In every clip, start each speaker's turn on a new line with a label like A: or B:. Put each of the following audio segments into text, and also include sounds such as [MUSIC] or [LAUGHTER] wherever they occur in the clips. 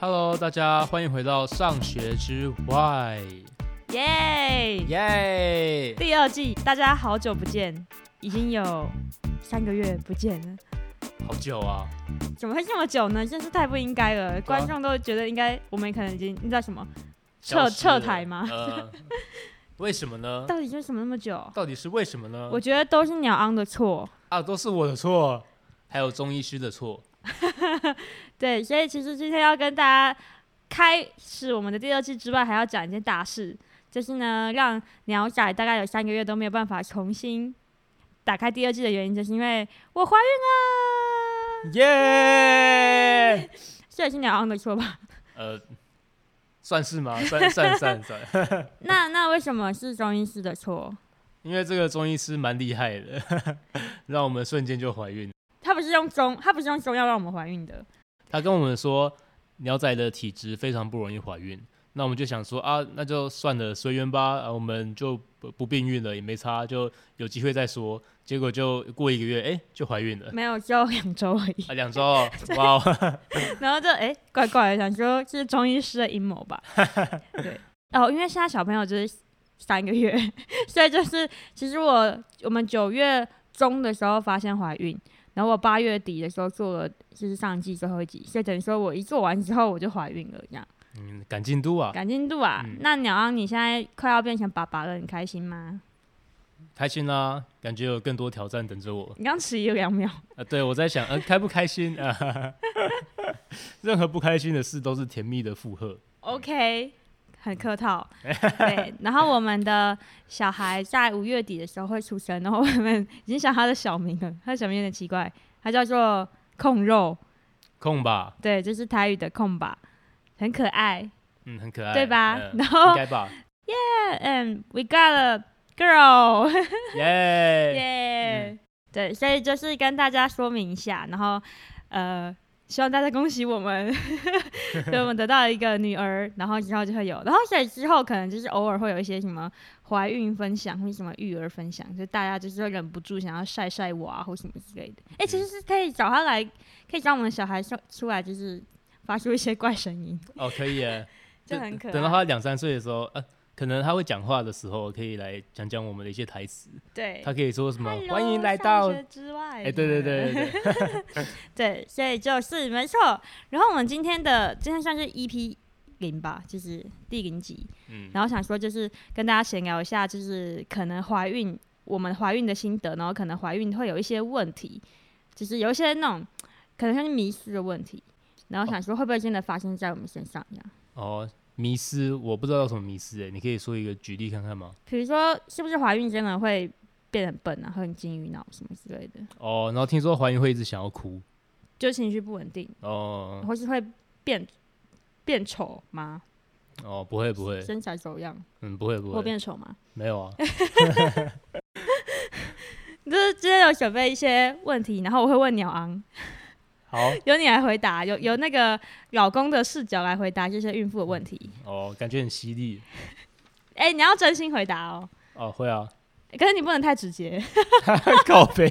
A: Hello，大家欢迎回到《上学之外》
B: 耶！
A: 耶、
B: 第二季，大家好久不见，已经有三个月不见了，
A: 好久啊，
B: 怎么会这么久呢？真是太不应该了。观众都觉得应该，我们可能已经你知道什么？
A: 消
B: [LAUGHS] 撤
A: 失了
B: 撤台吗 [LAUGHS]
A: 呃，为什么呢？
B: 到底为什么那么久？
A: 到底是为什么呢
B: 我？觉得都是鸟昂的错。
A: 啊，都是我的错，还有中医师的错。
B: 对，所以其实今天要跟大家开始我们的第二季之外，还要讲一件大事，就是呢，让鸟仔大概有三个月都没有办法重新打开第二季的原因，就是因为我怀孕了。
A: 耶、
B: 这也是鸟昂的错吧？
A: 呃，算是吗？算算算 [LAUGHS] 算，
B: [LAUGHS] 那那为什么是中医师的错？
A: 因为这个中医师蛮厉害的， [LAUGHS] 让我们瞬间就怀孕。
B: 他不是用中，他不是用中药让我们怀孕的。
A: 他跟我们说，鸟仔的体质非常不容易怀孕。那我们就想说啊，那就算了，随缘吧，啊，我们就不不避孕了，也没差，就有机会再说。结果就过一个月，哎、就怀孕了，
B: 没有，只有两周而已。 [LAUGHS]
A: 啊，两周哦，哇哦，
B: 然后就哎、怪怪的，想说这是中医师的阴谋
A: [LAUGHS]
B: 吧？对，哦，因为现在小朋友就是三个月， [LAUGHS] 所以就是其实我我们九月中的时候发现怀孕，然后我八月底的时候做了就是上季最后一集，所以等于说我一做完之后我就怀孕了，这样
A: 嗯，赶进度啊，
B: 赶进度啊。
A: 嗯
B: 那鸟昂，你现在快要变成爸爸了，你开心吗？
A: 开心啦、啊感觉有更多挑战等着我。
B: 你刚迟疑了两秒。
A: 啊，对我在想，呃，开不开心 [LAUGHS] 啊？哈哈任何不开心的事都是甜蜜的负荷。
B: OK，很客套。对，然后我们的小孩在五月底的时候会出生，然后我们已经想他的小名了，他的小名有点奇怪，他叫做控肉，
A: 空吧，
B: 对，就是台语的控吧，很可爱，
A: 嗯，很可爱，
B: 对吧？
A: 嗯
B: 然
A: 应
B: 后，
A: 该
B: [LAUGHS]
A: 吧，
B: 嗯，We got a girl，
A: 耶、
B: 耶、对，所以就是跟大家说明一下，然后呃，希望大家恭喜我们， [LAUGHS] 对我们得到一个女儿，然后之后就会有，然后所以之后可能就是偶尔会有一些什么怀孕分享或什么育儿分享，就大家就是会忍不住想要晒晒娃或什么之类的。哎、其实是可以找他来，可以找我们小孩出出来，就是发出一些怪声音，
A: 哦，可以耶，
B: 就很可
A: 等到
B: 爱。
A: 他两三岁的时候，呃，可能他会讲话的时候，可以来讲讲我们的一些台词。
B: 对
A: 他，可以说什么
B: “Hello，
A: 欢迎来
B: 上
A: 到”，
B: 学之外。
A: 哎、对对对对
B: [LAUGHS]
A: 对，
B: 对，所以就是没错。然后我们今天的今天算是 EP 零吧，就是第零集。
A: 嗯，
B: 然后想说就是跟大家闲聊一下，就是可能怀孕我们怀孕的心得，然后可能怀孕会有一些问题，就是有一些那种可能像是迷失的问题。然后想说会不会真的发生在我们身上一样？
A: 哦，迷失，我不知道有什么迷失，哎，你可以说一个举例看看吗？
B: 比如说是不是怀孕真的会变得很笨啊，会很金鱼脑什么之类的，
A: 哦，然后听说怀孕会一直想要哭，
B: 就情绪不稳定，
A: 哦
B: 或是会变变丑吗？
A: 哦，不会不会，
B: 身材走样
A: 嗯，不会不
B: 或
A: 会，
B: 变丑吗？
A: 没有
B: [LAUGHS]
A: 啊，
B: 就是今天有准备一些问题，然后我会问鸟昂，
A: 好，
B: 由你来回答，由由那个老公的视角来回答这些孕妇的问题。
A: 哦，感觉很犀利，
B: 哎、你要真心回答哦，
A: 哦，会
B: [LAUGHS]
A: 啊，
B: 可是你不能太直接， [LAUGHS]
A: 告白，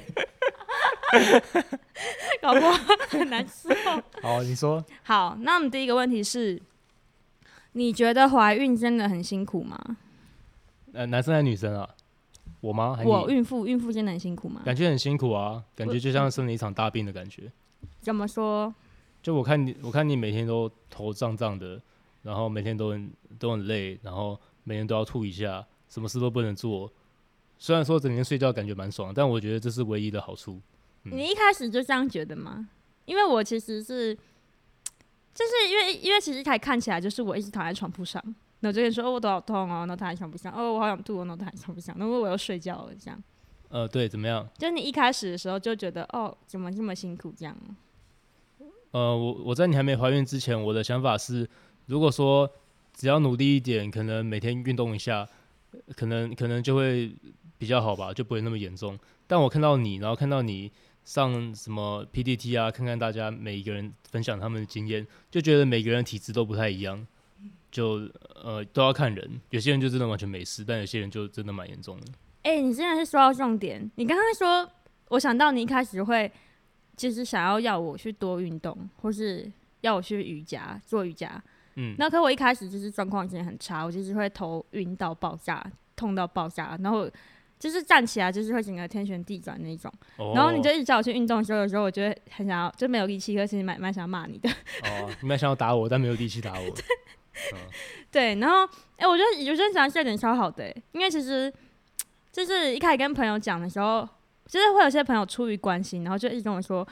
B: 搞不好很难受。
A: 好，你说，
B: 好，那我们第一个问题是，你觉得怀孕真的很辛苦吗？
A: 呃，男生还是女生啊？我吗？还是
B: 我
A: 你？
B: 孕妇，孕妇真的很辛苦吗？
A: 感觉很辛苦啊，感觉就像生了一场大病的感觉。
B: 怎么说？
A: 就我看你，我看你每天都头胀胀的，然后每天都很都很累，然后每天都要吐一下，什么事都不能做。虽然说整天睡觉感觉蛮爽，但我觉得这是唯一的好处。嗯
B: 你一开始就这样觉得吗？因为我其实是，就是因为因为其实一开始看起来就是我一直躺在床铺上，然后就跟你说哦我头好痛哦，然后躺在床铺上，哦我好想吐，哦然后躺在床铺上，然后我又睡觉了，这样。
A: 呃，对，怎么样？
B: 就是你一开始的时候就觉得哦怎么这么辛苦这样，
A: 呃，我我在你还没怀孕之前，我的想法是，如果说只要努力一点，可能每天运动一下，呃可能可能就会比较好吧，就不会那么严重。但我看到你，然后看到你上什么 PDT 啊，看看大家每一个人分享他们的经验，就觉得每个人体质都不太一样，就呃都要看人，有些人就真的完全没事，但有些人就真的蛮严重的。
B: 哎、你真的是说到重点。你刚刚说，我想到你一开始会就是想要要我去多运动，或是要我去瑜伽做瑜伽，
A: 嗯，
B: 那可我一开始就是状况真的很差，我就是会头晕到爆炸，痛到爆炸，然后就是站起来就是会整个天旋地转那一种。
A: 哦
B: 然后你就一直叫我去运动的时候，有时候我就会很想要，就没有力气，可是其实蛮蛮想要骂你的。
A: 哦，你们想要打我，但没有力气
B: [LAUGHS]
A: 打我，
B: 对，然后哎、我觉得有阵想这点超好的、欸，因为其实就是一开始跟朋友讲的时候，就是会有些朋友出于关心，然后就一直跟我说。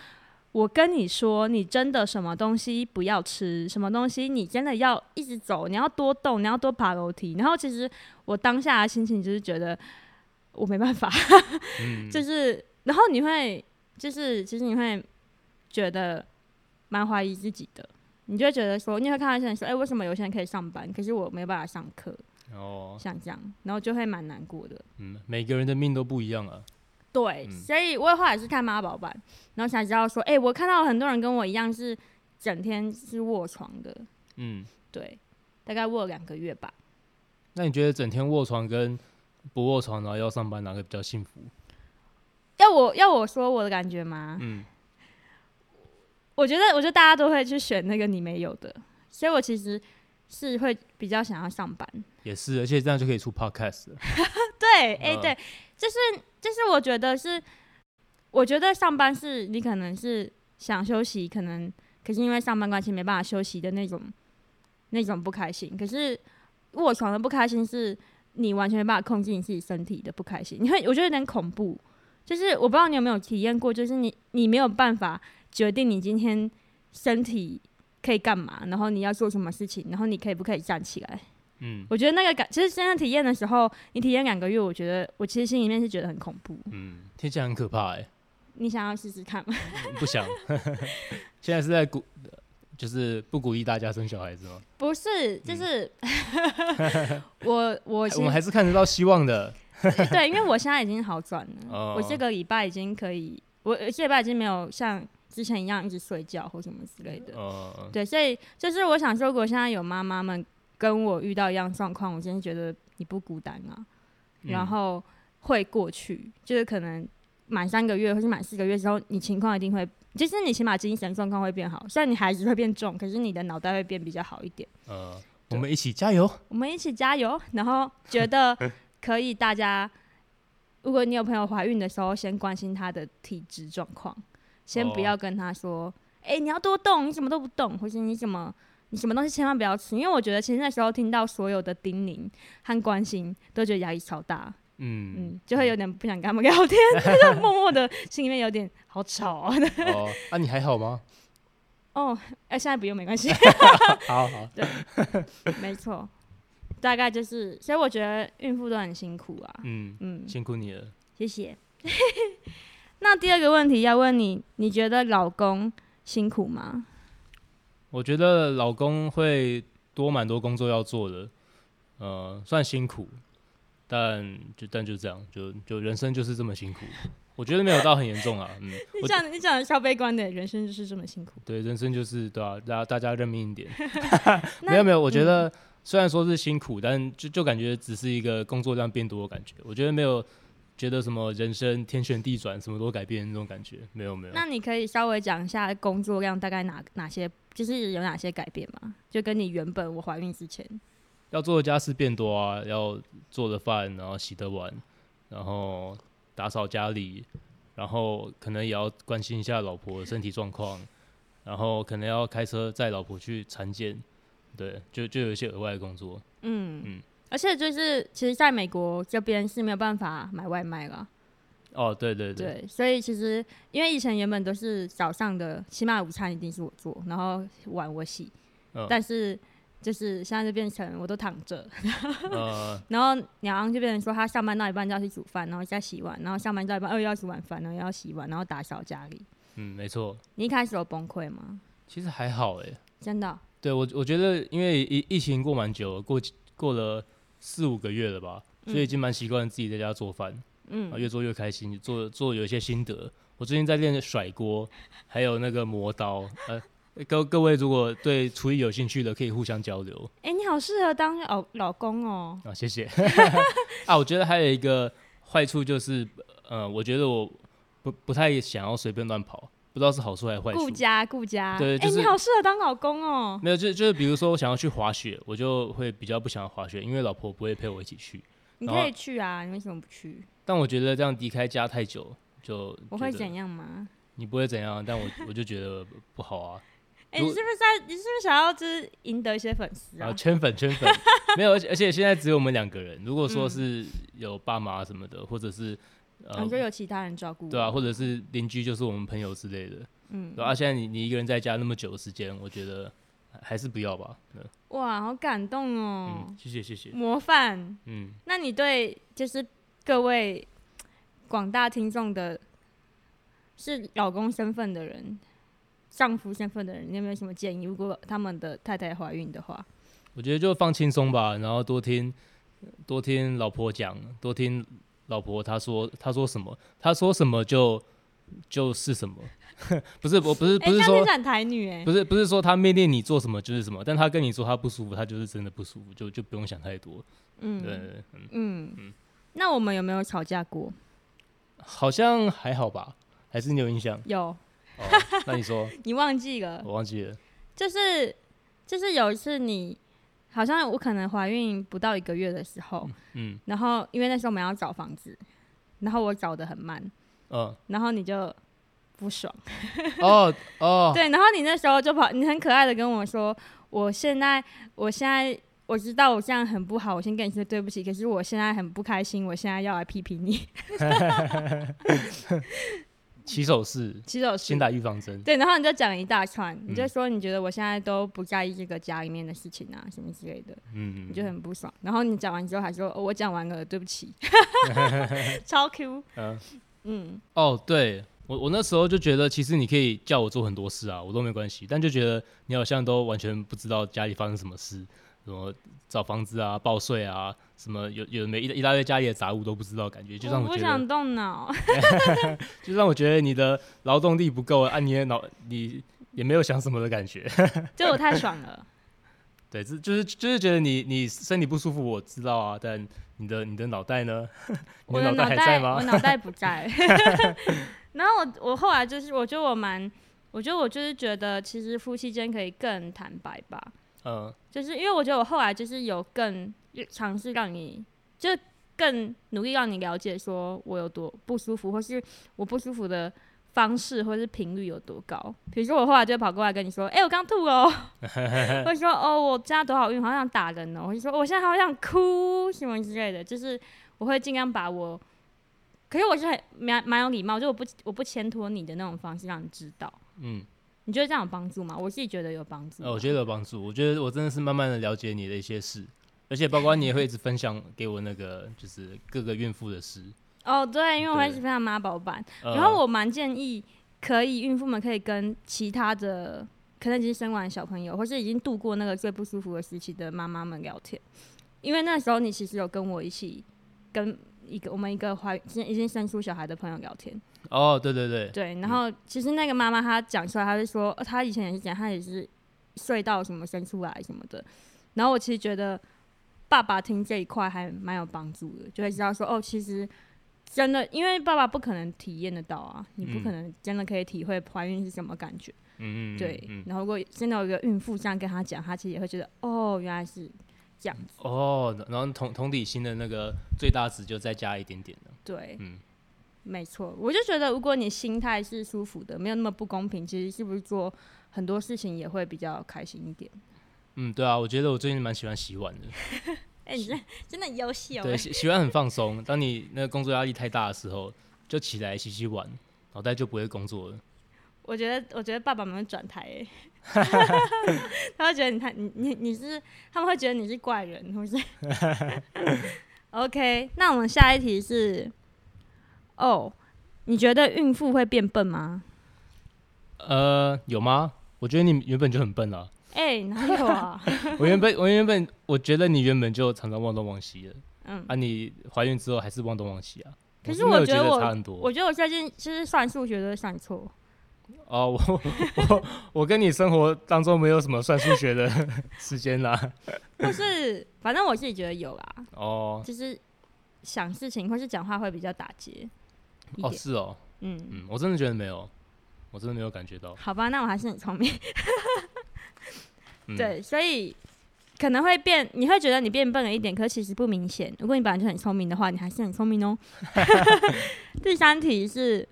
B: 我跟你说，你真的什么东西不要吃，什么东西你真的要一直走，你要多动，你要多爬楼梯。然后其实我当下的心情就是觉得我没办法，
A: 嗯，
B: 就是，然后你会，就是，其实你会觉得蛮怀疑自己的，你就会觉得说，你会看到一些人说，哎、为什么有些人可以上班，可是我没有办法上课，
A: 哦，
B: 像这样，然后就会蛮难过的。
A: 嗯，每个人的命都不一样啊，
B: 对，
A: 嗯
B: 所以我后来是看妈宝版，然后才知道说，哎、我看到很多人跟我一样是整天是卧床的，
A: 嗯，
B: 对，大概卧了两个月吧。
A: 那你觉得整天卧床跟不卧床然后要上班哪个比较幸福？
B: 要我要我说我的感觉吗？
A: 嗯，
B: 我觉得，我觉得大家都会去选那个你没有的，所以我其实是会比较想要上班。
A: 也是，而且这样就可以出 podcast 了，
B: [LAUGHS] 对，哎、
A: 嗯
B: 对，就是就是，我觉得是，我觉得上班是你可能是想休息，可能可是因为上班关系没办法休息的那种那种不开心。可是卧床的不开心是你完全没办法控制你自己身体的不开心，你会我觉得有点恐怖。就是我不知道你有没有体验过，就是你你没有办法决定你今天身体可以干嘛，然后你要做什么事情，然后你可以不可以站起来。
A: 嗯
B: 我觉得那个感，其实真正体验的时候，你体验两个月，我觉得我其实心里面是觉得很恐怖。
A: 嗯，听起来很可怕哎、
B: 你想要试试看吗？
A: [LAUGHS] 不想，现在是在鼓，就是不鼓励大家生小孩子吗？
B: 不是，就是、 [LAUGHS] 我
A: [LAUGHS] 嗯
B: 我
A: 我
B: 其
A: 们
B: 实
A: 还是看得到希望的，
B: 对，因为我现在已经好转了，
A: 哦
B: 我这个礼拜已经可以，我我这礼拜已经没有像之前一样一直睡觉或什么之类的。
A: 呃，
B: 对，所以就是我想说，如果现在有妈妈们跟我遇到一样状况，我真的觉得你不孤单啊。
A: 嗯
B: 然后会过去，就是可能满三个月或是满四个月之后，你情况一定会，就是你起码精神状况会变好。虽然你孩子会变重，可是你的脑袋会变比较好一点。
A: 呃，我
B: 对
A: 们一起加油，
B: 我们一起加油，然后觉
A: [LAUGHS]
B: 得可以，大家如果你有朋友怀孕的时候，先关心她的体质状况，先不
A: 哦
B: 要跟她说，哎、你要多动，你什么都不动，或是你什么。你什么东西千万不要吃，因为我觉得其实那时候听到所有的叮咛和关心，都觉得压力超大。
A: 嗯
B: 嗯，就会有点不想跟他们聊天， [LAUGHS] 就默默的心里面有点好吵 [LAUGHS] 啊。
A: 哦，啊，你还好吗？
B: 哦，哎，现在不用没关系，
A: 好好，
B: [LAUGHS] 没错，大概就是，所以我觉得孕妇都很辛苦啊。
A: 嗯，
B: 嗯，
A: 辛苦你了。
B: 谢谢。 [LAUGHS] 那第二个问题要问你，你觉得老公辛苦吗？
A: 我觉得老公会多蛮多工作要做的，呃，算辛苦，但就但就这样，就就人生就是这么辛苦。我觉得没有到很严重啊，嗯，
B: 你
A: 我
B: 讲你讲的超悲观的，人生就是这么辛苦。
A: 对，人生就是对啊，大家大家认命一点。
B: 那
A: 没有没有，我觉得虽然说是辛苦，但就就感觉只是一个工作量变多的感觉。我觉得没有觉得什么人生天旋地转，什么都改变那种感觉，没有没有。
B: 那你可以稍微讲一下工作量大概哪哪些，就是有哪些改变吗？就跟你原本我怀孕之前，
A: 要做的家事变多啊，要做的饭，然后洗的碗，然后打扫家里，然后可能也要关心一下老婆的身体状况，然后可能要开车载老婆去产检，对，就就有一些额外的工作。
B: 嗯
A: 嗯，
B: 而且就是其实在美国这边是没有办法买外卖了，
A: 哦，对对对，
B: 对，所以其实因为以前原本都是早上的，起码午餐一定是我做，然后碗我洗，
A: 嗯
B: 但是就是现在就变成我都躺着， [LAUGHS]
A: 呃，
B: 然后鸟昂就变成说他上班到一半就要去煮饭，然后再洗碗，然后上班到一半又要煮晚饭，然后又要洗碗，然后打扫家里。
A: 嗯，没错，
B: 你一开始有崩溃吗？
A: 其实还好欸诶、
B: 真的哦，
A: 对我，我觉得因为疫疫情过蛮久了，过几过了四五个月了吧，所以已经蛮习惯自己在家做饭，
B: 嗯
A: 然后越做越开心，做做有一些心得。我最近在练甩锅，还有那个磨刀。呃，各各位如果对厨艺有兴趣的，可以互相交流
B: 哎、你好适合当老老公哦，
A: 啊，
B: [LAUGHS]
A: 谢谢。啊，我觉得还有一个坏处就是，呃，我觉得我不不太想要随便乱跑，不知道是好处还是坏处
B: 顾。家顾家，
A: 对就
B: 哎，
A: 是
B: 你好适合当老公哦。
A: 没有，就就是比如说我想要去滑雪，我就会比较不想要滑雪，因为老婆不会陪我一起去。
B: 你
A: 然
B: 可
A: 后
B: 以去啊，你为什么不去？
A: 但我觉得这样离开家太久，就
B: 我会
A: 觉得
B: 怎样吗？
A: 你不会怎样，但我我就觉得不好
B: [LAUGHS]
A: 啊。
B: 哎、
A: 如
B: 你是不是在？你是不是想要就是赢得一些粉丝
A: 然
B: 啊
A: 后？圈粉圈粉，没有，而且而且现在只有我们两个人。如果
B: 嗯
A: 说是有爸妈什么的，或者是
B: 我
A: 呃
B: 觉，得哦有其他人照顾我。
A: 对啊，或者是邻居就是我们朋友之类的。
B: 嗯
A: 对啊，现在你你一个人在家那么久的时间，我觉得还是不要吧。嗯
B: 哇，好感动哦
A: 嗯，，谢谢谢谢。
B: 模范。
A: 嗯，
B: 那你对就是各位广大听众的，是老公身份的人、丈夫身份的人，你有没有什么建议？如果他们的太太怀孕的话，
A: 我觉得就放轻松吧，然后多听多听老婆讲，多听老婆她说她说什么，她说什么就就是什么。 [LAUGHS] 不是我不是
B: 哎、
A: 不是
B: 这样
A: 说
B: 听起来很台女哎、
A: 不是不是说他命令你做什么就是什么，但他跟你说他不舒服，他就是真的不舒服，就就不用想太多。对对，
B: 嗯
A: 对嗯，
B: 嗯，那我们有没有吵架过？
A: 好像还好吧，还是你有印象
B: 有，
A: 哦？那你说，
B: 你忘记了？
A: 我忘记了。
B: 就是就是有一次你好像我可能怀孕不到一个月的时候，
A: 嗯
B: 然后因为那时候我们要找房子，然后我找的很慢，
A: 嗯，
B: 然后你就不爽，
A: 哦哦，
B: 对，然后你那时候就跑，你很可爱的跟我说，我现在我现在。我知道我这样很不好，我先跟你说对不起。可是我现在很不开心，我现在要来批评你。 [LAUGHS]
A: 起手式，
B: 其实我是
A: 先打预防针。
B: 对，然后你就讲了一大串，你
A: 嗯
B: 就说你觉得我现在都不在意这个家里面的事情啊，什么之类的。
A: 嗯
B: 你，就很不爽。然后你讲完之后还说：“哦、我讲完了，对
A: [LAUGHS]
B: 不起。”超 Q。
A: 嗯
B: 嗯，
A: 哦，对我我那时候就觉得，其实你可以叫我做很多事啊，我都没关系，但就觉得你好像都完全不知道家里发生什么事，什么找房子啊、报税啊，什么有有没一大一大堆家里的杂物都不知道，感觉就让
B: 我不
A: 觉得
B: 想动脑。
A: 就让我觉得你的劳动力不够啊，你的脑你也没有想什么的感觉。 [LAUGHS]
B: 就我太爽了。
A: 对，这就是就是觉得你你身体不舒服，我知道啊，但你的你的脑袋呢？ [LAUGHS] [LAUGHS] 你
B: 我的
A: 脑
B: 脑
A: 还在
B: 我
A: 吗？
B: 脑袋
A: [LAUGHS]
B: 不在。然后我我后来就是，我觉得我蛮，我觉得我就是觉得，其实夫妻间可以更坦白吧。
A: 嗯
B: 就是因为我觉得我后来就是有更尝试让你，就更努力让你了解说我有多不舒服，或是我不舒服的方式或是频率有多高。比如说我后来就会跑过来跟你说：“哎、我刚吐
A: [LAUGHS]
B: 了哦。”或者说：“哦，我现在多好晕，好想打人哦。”或者说：“我现在好想哭什么之类的。”就是我会尽量把我。可是我是很蛮蛮有礼貌，就我不我不牵拖你的那种方式让你知道，
A: 嗯，
B: 你觉得这样有帮助吗？我自己觉得有帮助吧。
A: 呃，我觉得有帮助。我觉得我真的是慢慢的了解你的一些事，而且包括你也会一直分享给我那个就是各个孕妇的事。
B: 哦，对，因为我
A: 对
B: 会是非常妈宝版，
A: 呃、
B: 然后我蛮建议可以孕妇们可以跟其他的可能已经生完小朋友，或是已经度过那个最不舒服的时期的妈妈们聊天，因为那时候你其实有跟我一起跟一个我们一个怀已经生出小孩的朋友聊天，
A: 哦，对对对，
B: 对，然后其实那个妈妈她讲出来，她就说、呃她以前也是讲，她也是睡到什么生出来什么的，然后我其实觉得爸爸听这一块还蛮有帮助的，就会知道说哦，其实真的，因为爸爸不可能体验得到啊，你不
A: 嗯
B: 可能真的可以体会怀孕是什么感觉，
A: 嗯嗯，嗯
B: 对。
A: 嗯，
B: 然后如果真的有一个孕妇这样跟他讲，他其实也会觉得哦，原来是这样子，
A: 哦，然后同同理心的那个最大值就再加一点点了。
B: 对，
A: 嗯
B: 没错，我就觉得如果你心态是舒服的，没有那么不公平，其实是不是做很多事情也会比较开心一点？
A: 嗯，对啊，我觉得我最近蛮喜欢洗碗的。
B: 哎、你真真的很优秀
A: 对，洗洗碗很放松。当你那个工作压力太大的时候，就起来洗洗碗，脑袋就不会工作了。
B: 我觉得，我觉得爸爸们会转台
A: [LAUGHS]
B: 哎、他会觉得你太你你你是，他们会觉得你是怪人，或
A: [LAUGHS]
B: 是 OK。那我们下一题是，哦，你觉得孕妇会变笨吗？
A: 呃，有吗？我觉得你原本就很笨啊了。
B: 哎、哪有
A: [LAUGHS]
B: 啊？ [LAUGHS]
A: 我原本，我原本，我觉得你原本就常常忘东忘西了。
B: 嗯，
A: 啊，你怀孕之后还是忘东忘西啊？
B: 可是
A: 是没有
B: 我觉得我
A: 差很多。
B: 我觉得我最近就是算数学都会算错。
A: 哦，我 [LAUGHS] 我我跟你生活当中没有什么算数学的时间
B: [LAUGHS]
A: 啦。
B: 或是反正我自己觉得有啦，
A: 哦
B: 就是想事情或是讲话会比较打结一
A: 哦，
B: 点。
A: 是哦，
B: 嗯，
A: 嗯，我真的觉得没有，我我真的没有感觉到。
B: 好吧，那我还是很聪明。
A: 嗯、，
B: 对，所以可能会变，你会觉得你变笨了一点，可其实不明显。如果你本来就很聪明的话，你还是很聪明
A: [LAUGHS]
B: 哦。第三题是，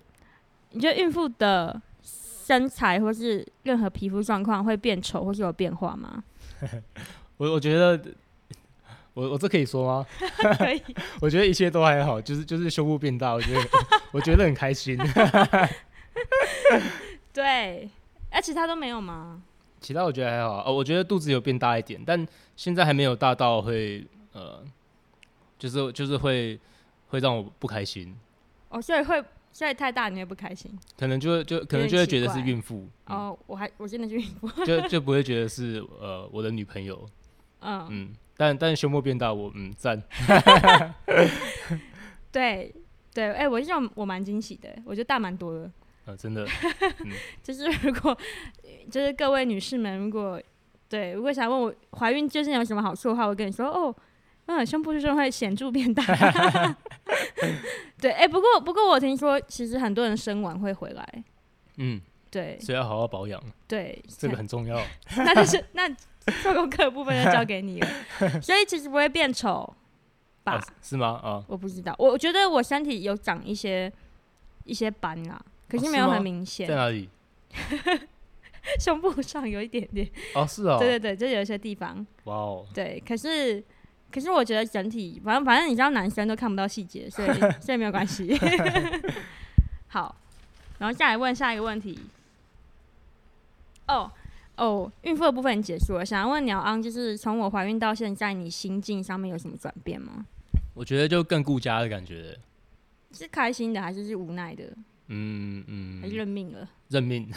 B: 你觉得孕妇的身材或是任何皮肤状况会变丑或是有变化吗？
A: 我我觉得，我我这可以说吗？
B: [LAUGHS] 可以，
A: [LAUGHS] 我觉得一切都还好，就是就是胸部变大，我觉得 [LAUGHS] 我觉得很开心。
B: 对，而啊其他都没有吗？
A: 其他我觉得还好，呃，我觉得肚子有变大一点，但现在还没有大到会呃，就是就是会会让我不开心，
B: 哦，所以会，所以太大你会不开心。
A: 可能就会就可能就会觉得是孕妇，嗯、
B: 哦，我还我真的是孕妇，
A: 就就不会觉得是呃我的女朋友，
B: 嗯，
A: 嗯，但但胸部变大我嗯赞，
B: 对对，哎、我是觉得我蛮惊喜的，我觉得大蛮多的。
A: 呃真
B: [LAUGHS]
A: 的，
B: 就是如果 [LAUGHS] 就是各位女士们，如果对如果想问我怀孕究竟有什么好处的话，我跟你说哦，嗯，胸部就是会显著变大。 [LAUGHS] 对，哎、不过不过我听说，其实很多人生完会回来。
A: 嗯，
B: 对
A: 所以要好好
B: [LAUGHS]
A: 保养，
B: 对，
A: 这个很重
B: [LAUGHS]
A: 要，
B: 那就是那做功课的部分就交给你了。 [LAUGHS] 所以其实不会变丑吧？
A: 啊是吗？啊，
B: 我不知道，我我觉得我身体有长一些一些斑啦、可是
A: 哦
B: 没
A: 是
B: 有
A: 吗
B: 很明显，
A: 在哪里？
B: [LAUGHS] 胸部上有一点点。
A: 哦，是哦，
B: 对对对，就有一些地方。
A: 哇哦，
B: 对，可是可是我觉得整体，反正反正你知道，男生都看不到细节，所以
A: [LAUGHS]
B: 所以没有关系。 [LAUGHS] 好，然后再来问下一个问题。哦哦，孕妇的部分已经结束了，想要问鸟昂，就是从我怀孕到现在，你心境上面有什么转变吗？
A: 我觉得就更顾家的感觉，
B: 是开心的，还是是无奈的，
A: 嗯嗯，
B: 还是认命了？
A: 认
B: [LAUGHS]
A: 命，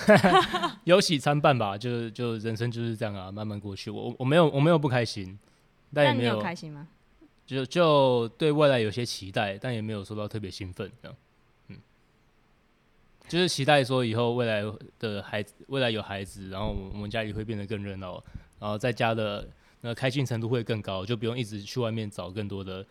A: 有喜参半吧，就就人生就是这样啊，慢慢过去。我我没有我没有不开心，但也
B: 但你
A: 没
B: 有开心吗？
A: 就就对未来有些期待，但也没有说到特别兴奋这样。嗯，就是期待说以后未来的孩子，未来有孩子，然后我我们家里会变得更热闹，然后在家的那开心程度会更高，就不用一直去外面找更多的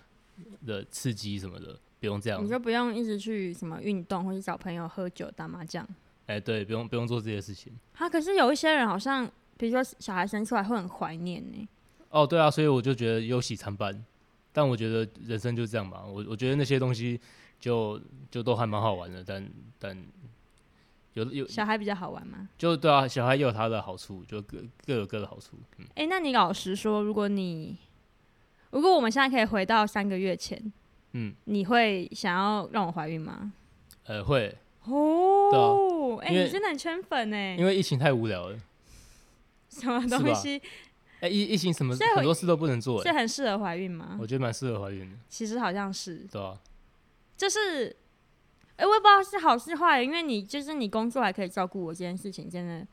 A: 的刺激什么的，不用这样
B: 你。就不用一直去什么运动，或者找朋友喝酒、打麻将。
A: 哎、对，不用不用做这些事情。
B: 啊，可是有一些人好像，比如说小孩生出来会很怀念呢、
A: 哦，对啊，所以我就觉得有喜参半，但我觉得人生就这样吧。我我觉得那些东西就就都还蛮好玩的，但但有有
B: 小孩比较好玩吗？
A: 就对啊，小孩也有他的好处，就各各有各的好处。嗯，
B: 诶，那你老实说，如果你如果我们现在可以回到三个月前，
A: 嗯，
B: 你会想要让我怀孕吗？
A: 呃，会
B: 哦，哎、
A: 啊因为
B: 你真的很圈粉哎、
A: 因为疫情太无聊了，
B: 什么东西？
A: 哎、疫疫情什么
B: 所以我
A: 很多事都不能做、
B: 这
A: 哎，
B: 很适合怀孕吗
A: 我？觉得蛮适合怀孕的，
B: 其实好像是，
A: 对啊，
B: 就是，哎、我也不知道是好是坏，因为你就是你工作还可以照顾我这件事情，真的，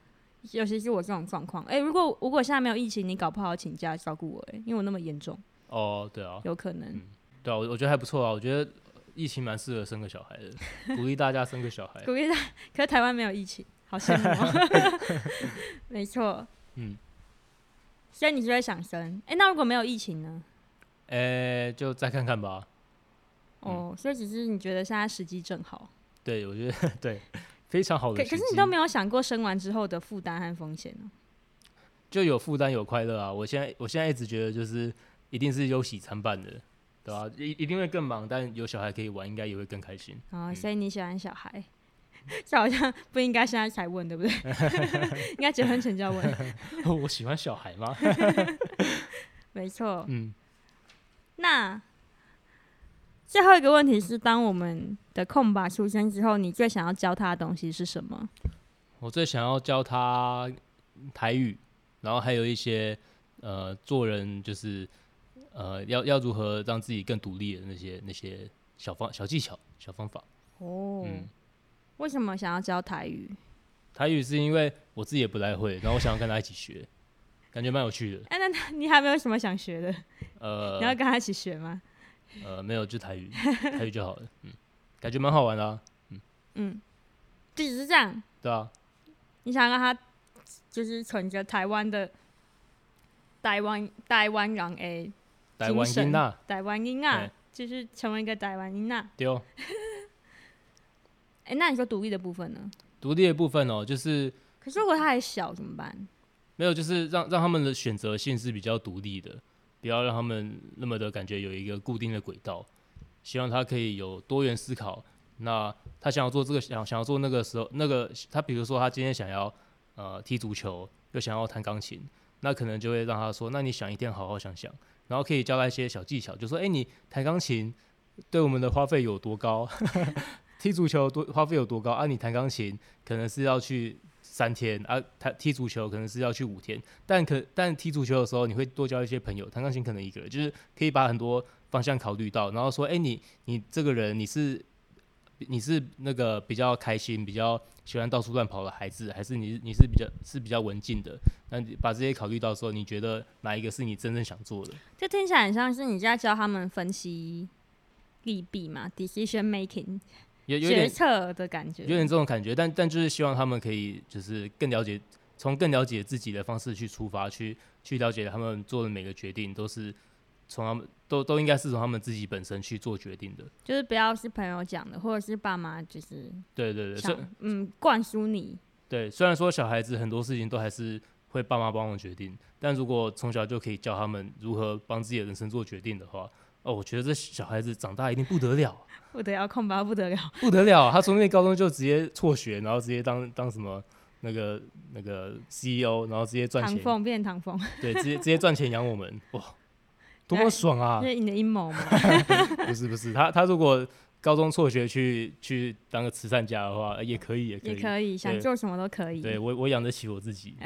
B: 尤其是我这种状况，哎、如果如果现在没有疫情，你搞不好请假照顾我、哎，因为我那么严重，
A: 哦，对啊，
B: 有可能。
A: 对啊，我我觉得还不错啊，我觉得疫情蛮适合生个小孩的，鼓励大家生个小
B: [LAUGHS]
A: 孩。
B: 鼓励他，可是台湾没有疫情，好羡慕、哦。 [LAUGHS] 没错，
A: 嗯，
B: 所以你就会想生。哎、那如果没有疫情呢？
A: 哎、就再看看吧。嗯
B: 哦，所以只是你觉得现在时机正好，
A: 对，我觉得 [LAUGHS] 对，非常好
B: 可
A: 的哦
B: 可
A: 时机。
B: 是你都没有想过生完之后的负担和风险哦呢、
A: 就有负担有快乐啊！我现在我现在一直觉得就是一定是有喜参半的，对吧、一一定会更忙，但有小孩可以玩，应该也会更开心。
B: 啊、所以你喜欢小孩， [LAUGHS] 这好像不应该现在才问，对不 [LAUGHS] 对？应该结婚前就要问。
A: [LAUGHS] 我喜欢小孩吗？
B: 没
A: [LAUGHS]
B: 错，
A: 嗯，
B: 那最后一个问题是，当我们的空白出生之后，你最想要教他的东西是什么？
A: 我最想要教他台语，然后还有一些呃做人就是呃要要如何让自己更独立的那些那些小方小技巧小方法。
B: 哦，
A: 嗯
B: 为什么想要教台语？
A: 台语是因为我自己也不太会，然后我想要跟他一起学，感觉蛮有趣的。
B: 哎、那那你还没有什么想学的？
A: 呃，
B: 你要跟他一起学吗？
A: 呃，没有，就台语，台语就好了。嗯，感觉蛮好玩的、啊，
B: 嗯，就只是这样。
A: 对啊，
B: 你想让他就是存着台湾的台湾台湾人诶，
A: 台湾音呐，
B: 台湾音啊
A: 对，
B: 就是成为一个台湾音啊。
A: 对哦，
B: 哎、那你说独立的部分呢？
A: 独立的部分哦，就是
B: 可是如果他还小怎么办？
A: 没有，就是让让他们的选择性是比较独立的，不要让他们那么的感觉有一个固定的轨道。希望他可以有多元思考。那他想要做这个，想想要做那个时候，那个他比如说他今天想要呃踢足球，又想要弹钢琴，那可能就会让他说，那你想一天好好想想，然后可以教他一些小技巧，就说，哎、你弹钢琴对我们的花费有多高？ [LAUGHS] 踢足球多花费有多高啊？你弹钢琴可能是要去三天啊，弹踢足球可能是要去五天，但可但踢足球的时候你会多交一些朋友，弹钢琴可能一个人，就是可以把很多方向考虑到，然后说，哎、你你这个人你是你是那个比较开心、比较喜欢到处乱跑的孩子，还是你你是比较是比较文静的？那你把这些考虑到的时候，你觉得哪一个是你真正想做的？
B: 这听起来很像是你在教他们分析利弊嘛，decision making
A: 有有
B: 决
A: 点
B: 策的感觉。
A: 有点这种感觉，但但就是希望他们可以就是更了解，从更了解自己的方式去出发，去去了解他们做的每个决定都是从他们都都应该是从他们自己本身去做决定的。
B: 就是不要是朋友讲的，或者是爸妈就是
A: 对对对，虽
B: 想嗯灌输你。
A: 对，虽然说小孩子很多事情都还是会爸妈帮忙决定，但如果从小就可以教他们如何帮自己的人生做决定的话，哦，我觉得这小孩子长大一定不得了，
B: 不得要控吧，不得了！
A: 不得了啊！他说不定高中就直接辍学，然后直接当当什么那个那个 CEO，然后直接赚
B: 唐
A: 钱，
B: 凤变唐凤，
A: 对，直接直接赚钱养我们，哇，多么爽啊
B: 这！是你的阴谋吗？
A: 不是不是，他他如果高中辍学去去当个慈善家的话，呃也可以也 [LAUGHS] 可
B: 也
A: 以，
B: 可以，想
A: 对
B: 做什么都可以。
A: 对我我养得起我自
B: [LAUGHS]
A: 己。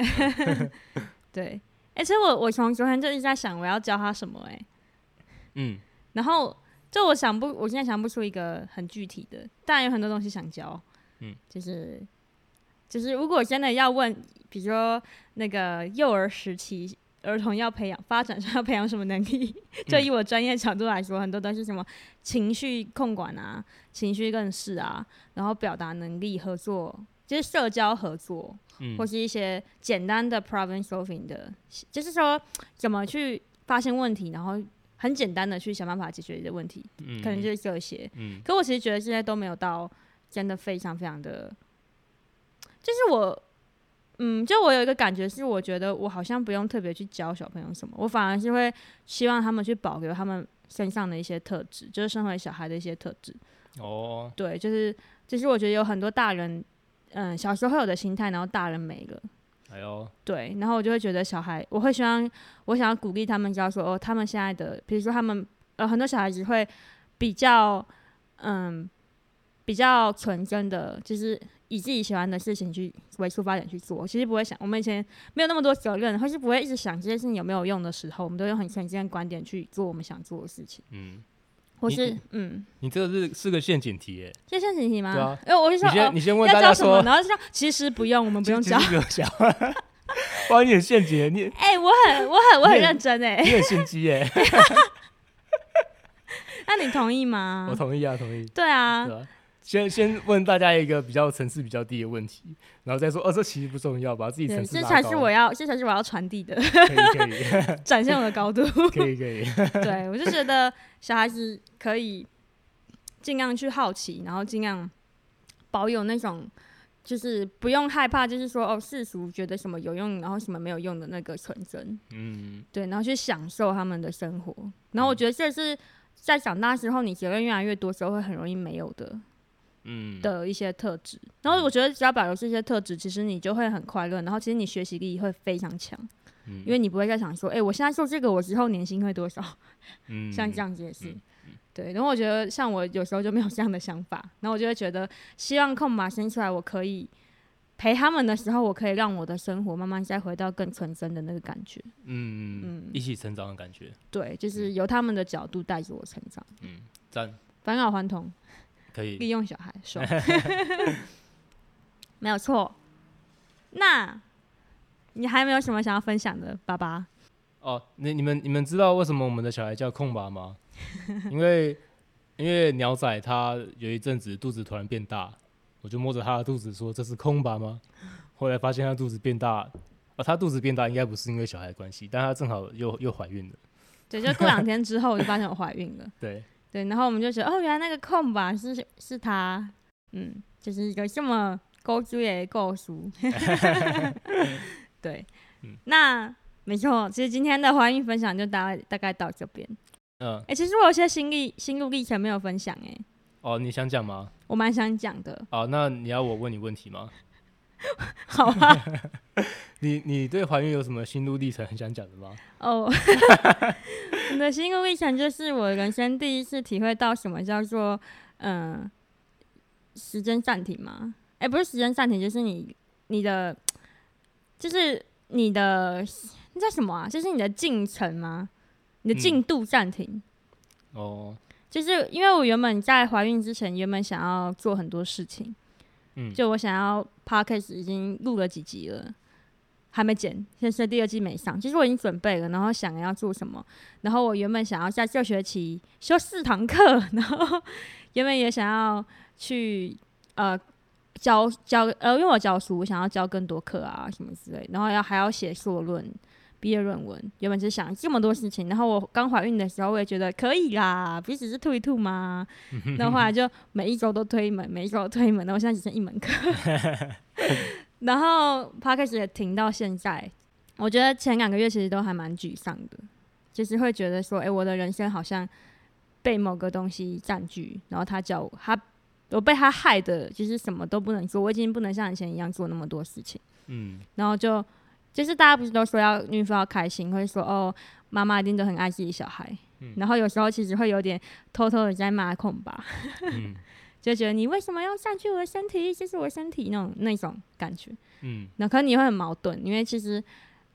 B: 对，哎、其实我我从昨天就一直在想我要教他什么、哎，
A: 嗯，
B: 然后就我想不，我现在想不出一个很具体的，当然有很多东西想教，
A: 嗯，
B: 就是就是如果真的要问，比如说那个幼儿时期儿童要培养发展上要培养什么能力， [LAUGHS] 就以我专业角度来说，很多都是什么情绪控管啊、情绪认识啊，然后表达能力、合作，就是社交合作，
A: 嗯
B: 或是一些简单的 problem solving 的，就是说怎么去发现问题，然后很简单的去想办法解决你的问题，
A: 嗯
B: 可能就是这些。
A: 嗯
B: 可我其实觉得现在都没有到真的非常非常的，就是我，嗯，就我有一个感觉是，我觉得我好像不用特别去教小朋友什么，我反而是会希望他们去保留他们身上的一些特质，就是身为小孩的一些特质。
A: 哦，
B: 对，就是就是我觉得有很多大人，嗯，小时候会有的心态，然后大人没了。
A: 哎呦，
B: 对，然后我就会觉得小孩，我会希望我想要鼓励他们，知道说哦，他们现在的，比如说他们呃，很多小孩子会比较嗯比较纯真的，就是以自己喜欢的事情去为出发点去做。其实不会想，我们以前没有那么多责任，或是不会一直想这件事情有没有用的时候，我们都用很纯真的观点去做我们想做的事情，
A: 嗯，
B: 或
A: 你
B: 是嗯，
A: 你这个是是个陷阱题耶。
B: 这陷阱题吗？
A: 对啊
B: 因为我就说
A: 你先
B: 哦
A: 你先问
B: 要
A: 大
B: 教
A: 家
B: 什么，
A: 说，
B: 然后就说其实不用，我们不用
A: 其
B: 教
A: 其。实没有想，哇，你很陷阱，你
B: [LAUGHS] 哎、我很我很我很
A: 你
B: 认真哎、 [LAUGHS]
A: 你很心机耶。
B: 那你同意吗？
A: 我同意啊，同意。
B: 对啊，
A: 对啊，先先问大家一个比较层次比较低的问题，然后再说，哦，这其实不重要，把自己层
B: 对，
A: 次
B: 这
A: 拉
B: 才
A: 高啊
B: 是我要，这才是我要传递的，
A: [LAUGHS] 可以
B: [LAUGHS] 展现我的
A: [LAUGHS]
B: 高度。
A: 可以可以可以，
B: 对我就觉得小孩子可以尽量去好奇，然后尽量保有那种。就是不用害怕，就是说哦，世俗觉得什么有用，然后什么没有用的那个纯真，
A: 嗯
B: 对，然后去享受他们的生活。然后我觉得这是在长大之后，你责任越来越多时候会很容易没有的
A: 嗯，
B: 的一些特质。然后我觉得只要保留这些特质，其实你就会很快乐，然后其实你学习力会非常强。
A: 嗯，
B: 因为你不会再想说，哎、我现在做这个，我之后年薪会多少？
A: 嗯
B: 像这，样子也是，
A: 嗯
B: [LAUGHS] 对。然后我觉得，像我有时候就没有这样的想法，然后我就会觉得，希望空马生出来，我可以陪他们的时候，我可以让我的生活慢慢再回到更纯真的那个感觉。
A: 嗯
B: 嗯
A: 嗯，一起成长的感觉，
B: 对，就是由他们的角度带着我成长，
A: 嗯，赞，
B: 返老还童，
A: 可
B: 利
A: 以，
B: 用小孩，
A: [LAUGHS]
B: 爽，没有错。那你还没有什么想要分享的，爸爸？
A: 哦，你你们你们知道为什么我们的小孩叫空吧吗？因为因为鸟仔他有一阵子肚子突然变大，我就摸着他的肚子说这是空吧吗？后来发现他肚子变大，啊，他肚子变大应该不是因为小孩的关系，但他正好又又怀孕了，
B: 对，就过两天之后，我就发现我怀孕了。
A: 对，
B: 对，然后我们就觉得哦，原来那个空吧是是他，嗯，就是一个这么勾猪也够熟。对，那没错，其实今天的怀孕分享就大大概到这边。
A: 嗯，
B: 哎、其实我有些心历心路历程没有分享、哎，
A: 哦，你想讲吗？
B: 我蛮想讲的，
A: 哦，那你要我问你问题吗？
B: 好啊，
A: 你你对怀孕有什么心路历程很想讲的吗？
B: 哦， [LAUGHS] 我的心路历程就是我人生第一次体会到什么叫做嗯、呃时间暂停嘛，哎、不是时间暂停，就是你你的就是你的那叫什么啊？就是你的进程吗？你的
A: 嗯
B: 进度暂停。
A: 哦，
B: 就是因为我原本在怀孕之前，原本想要做很多事情，
A: 嗯，
B: 就我想要 podcast 已经录了几集了，还没剪，现在第二季没上。其实我已经准备了，然后想要做什么，然后我原本想要在这学期修四堂课，然后原本也想要去呃教教呃，因为我教书，我想要教更多课啊什么之类，然后要还要写硕论。毕业论文原本是想这么多事情，然后我刚怀孕的时候，我也觉得可以啦，不是只是吐一吐吗？那后来就每一周都推一门，每一周都推一门，然后现在只剩一门课，然后 p 开始也停到现在。我觉得前两个月其实都还蛮沮丧的，就是会觉得说，哎、我的人生好像被某个东西占据，然后他叫我，他我被他害的，就是什么都不能做，我已经不能像以前一样做那么多事情。
A: 嗯
B: 然后就就是大家不是都说要孕妇要开心，会说哦，妈妈一定都很爱自己小孩。
A: 嗯
B: 然后有时候其实会有点偷偷的在骂空吧，
A: 嗯
B: 就觉得你为什么要占据我的身体，这是我的身体那种那种感觉。 [LAUGHS]
A: 嗯
B: 那可能你会很矛盾，因为其实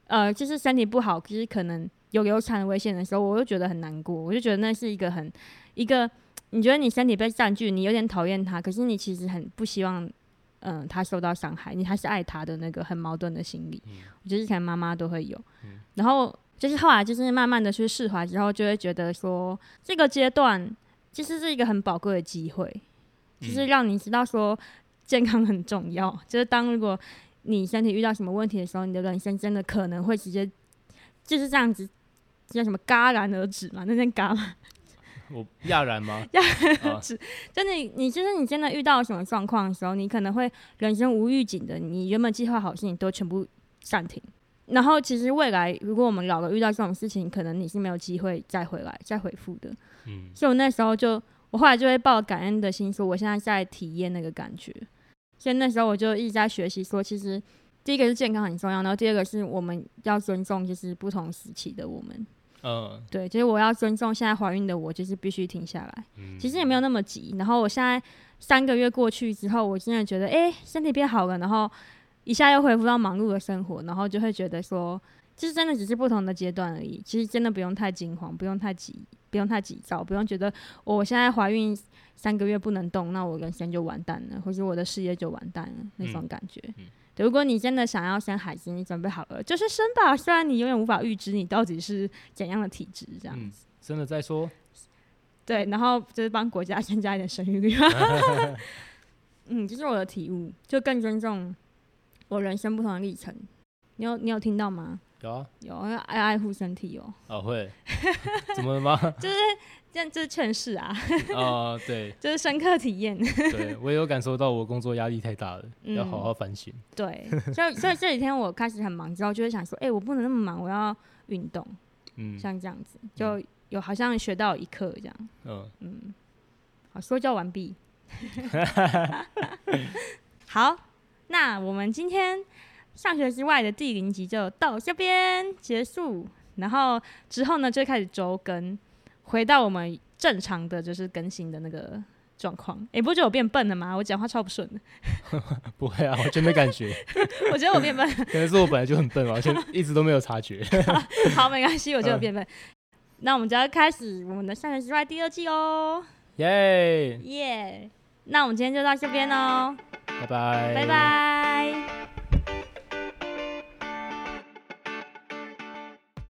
B: 呃，就是身体不好，就是可能有流产危险的时候，我就觉得很难过，我就觉得那是一个很一个你觉得你身体被占据，你有点讨厌它，可是你其实很不希望。嗯，他受到伤害，你还是爱他的那个很矛盾的心理，
A: 嗯
B: 我觉得是可能妈妈都会有。
A: 嗯
B: 然后就是后来就是慢慢的去释怀之后，就会觉得说这个阶段其实是一个很宝贵的机会，就是
A: 嗯
B: 让你知道说健康很重要。就是当如果你身体遇到什么问题的时候，你的人生真的可能会直接就是这样子，叫什么戛然而止嘛？那件戛嘛，
A: 我亚然吗？
B: 戛
A: 啊，
B: 就你你就是你真的遇到什么状况的时候，你可能会人生无预警的，你原本计划好的事情都全部暂停。然后其实未来如果我们老了遇到这种事情，可能你是没有机会再回来再回复的。
A: 嗯
B: 所以我那时候就，我后来就会抱感恩的心说，我现在在体验那个感觉。所以那时候我就一直在学习说，其实第一个是健康很重要，然后第二个是我们要尊重，就是不同时期的我们。
A: 嗯
B: 对，就是我要尊重现在怀孕的我，就是必须停下来。
A: 嗯，
B: 其实也没有那么急。然后我现在三个月过去之后，我真的觉得，哎、身体变好了，然后一下又恢复到忙碌的生活，然后就会觉得说，其实真的只是不同的阶段而已。其实真的不用太惊慌，不用太急，不用太急躁，不用觉得哦我现在怀孕三个月不能动，那我人生就完蛋了，或者我的事业就完蛋了那种感觉。
A: 嗯
B: 对如果你真的想要生孩子，你准备好了就是生吧。虽然你永远无法预知你到底是怎样的体质，这样、
A: 嗯真的在说，
B: 对，然后就是帮国家 [LAUGHS] 增加一点生育
A: [LAUGHS]
B: 率。嗯，这是我的体悟，就更尊重我人生不同的历程。你有你有听到吗？
A: 有啊，
B: 有要爱爱护身体哦，
A: 啊
B: [LAUGHS]
A: 会，怎么了吗？
B: 这样这是劝世啊，
A: 啊，对
B: 这是深刻体验。
A: 对，我也有感受到我工作压力太大了，要好
B: 嗯
A: 好反省。
B: 对，所以所以这几天我开始很忙之后，就会想说，哎、我不能那么忙，我要运动，
A: 嗯
B: 像这样子，就有好像学到一课这样。
A: 嗯，
B: 嗯，好，说教
A: [LAUGHS]
B: 完毕。 [LAUGHS] 好，那我们今天上学之外的第零集就到这边结束，然后之后呢就开始周更，回到我们正常的就是更新的那个状况。诶，不觉得我变笨了吗？我讲话超不顺的，
A: 不会啊，完全没感觉，
B: [LAUGHS] 我觉得我
A: [LAUGHS]
B: 变笨了。
A: 可能是我本来就很笨吧，而且一直都没有察
B: [LAUGHS]
A: 觉。
B: 好，没关系，我
A: 嗯
B: 觉得我变笨。那我们就要开始我们的上学之外第二季哦，
A: 耶，
B: 耶、那我们今天就到这边哦，
A: 拜拜，
B: 拜拜。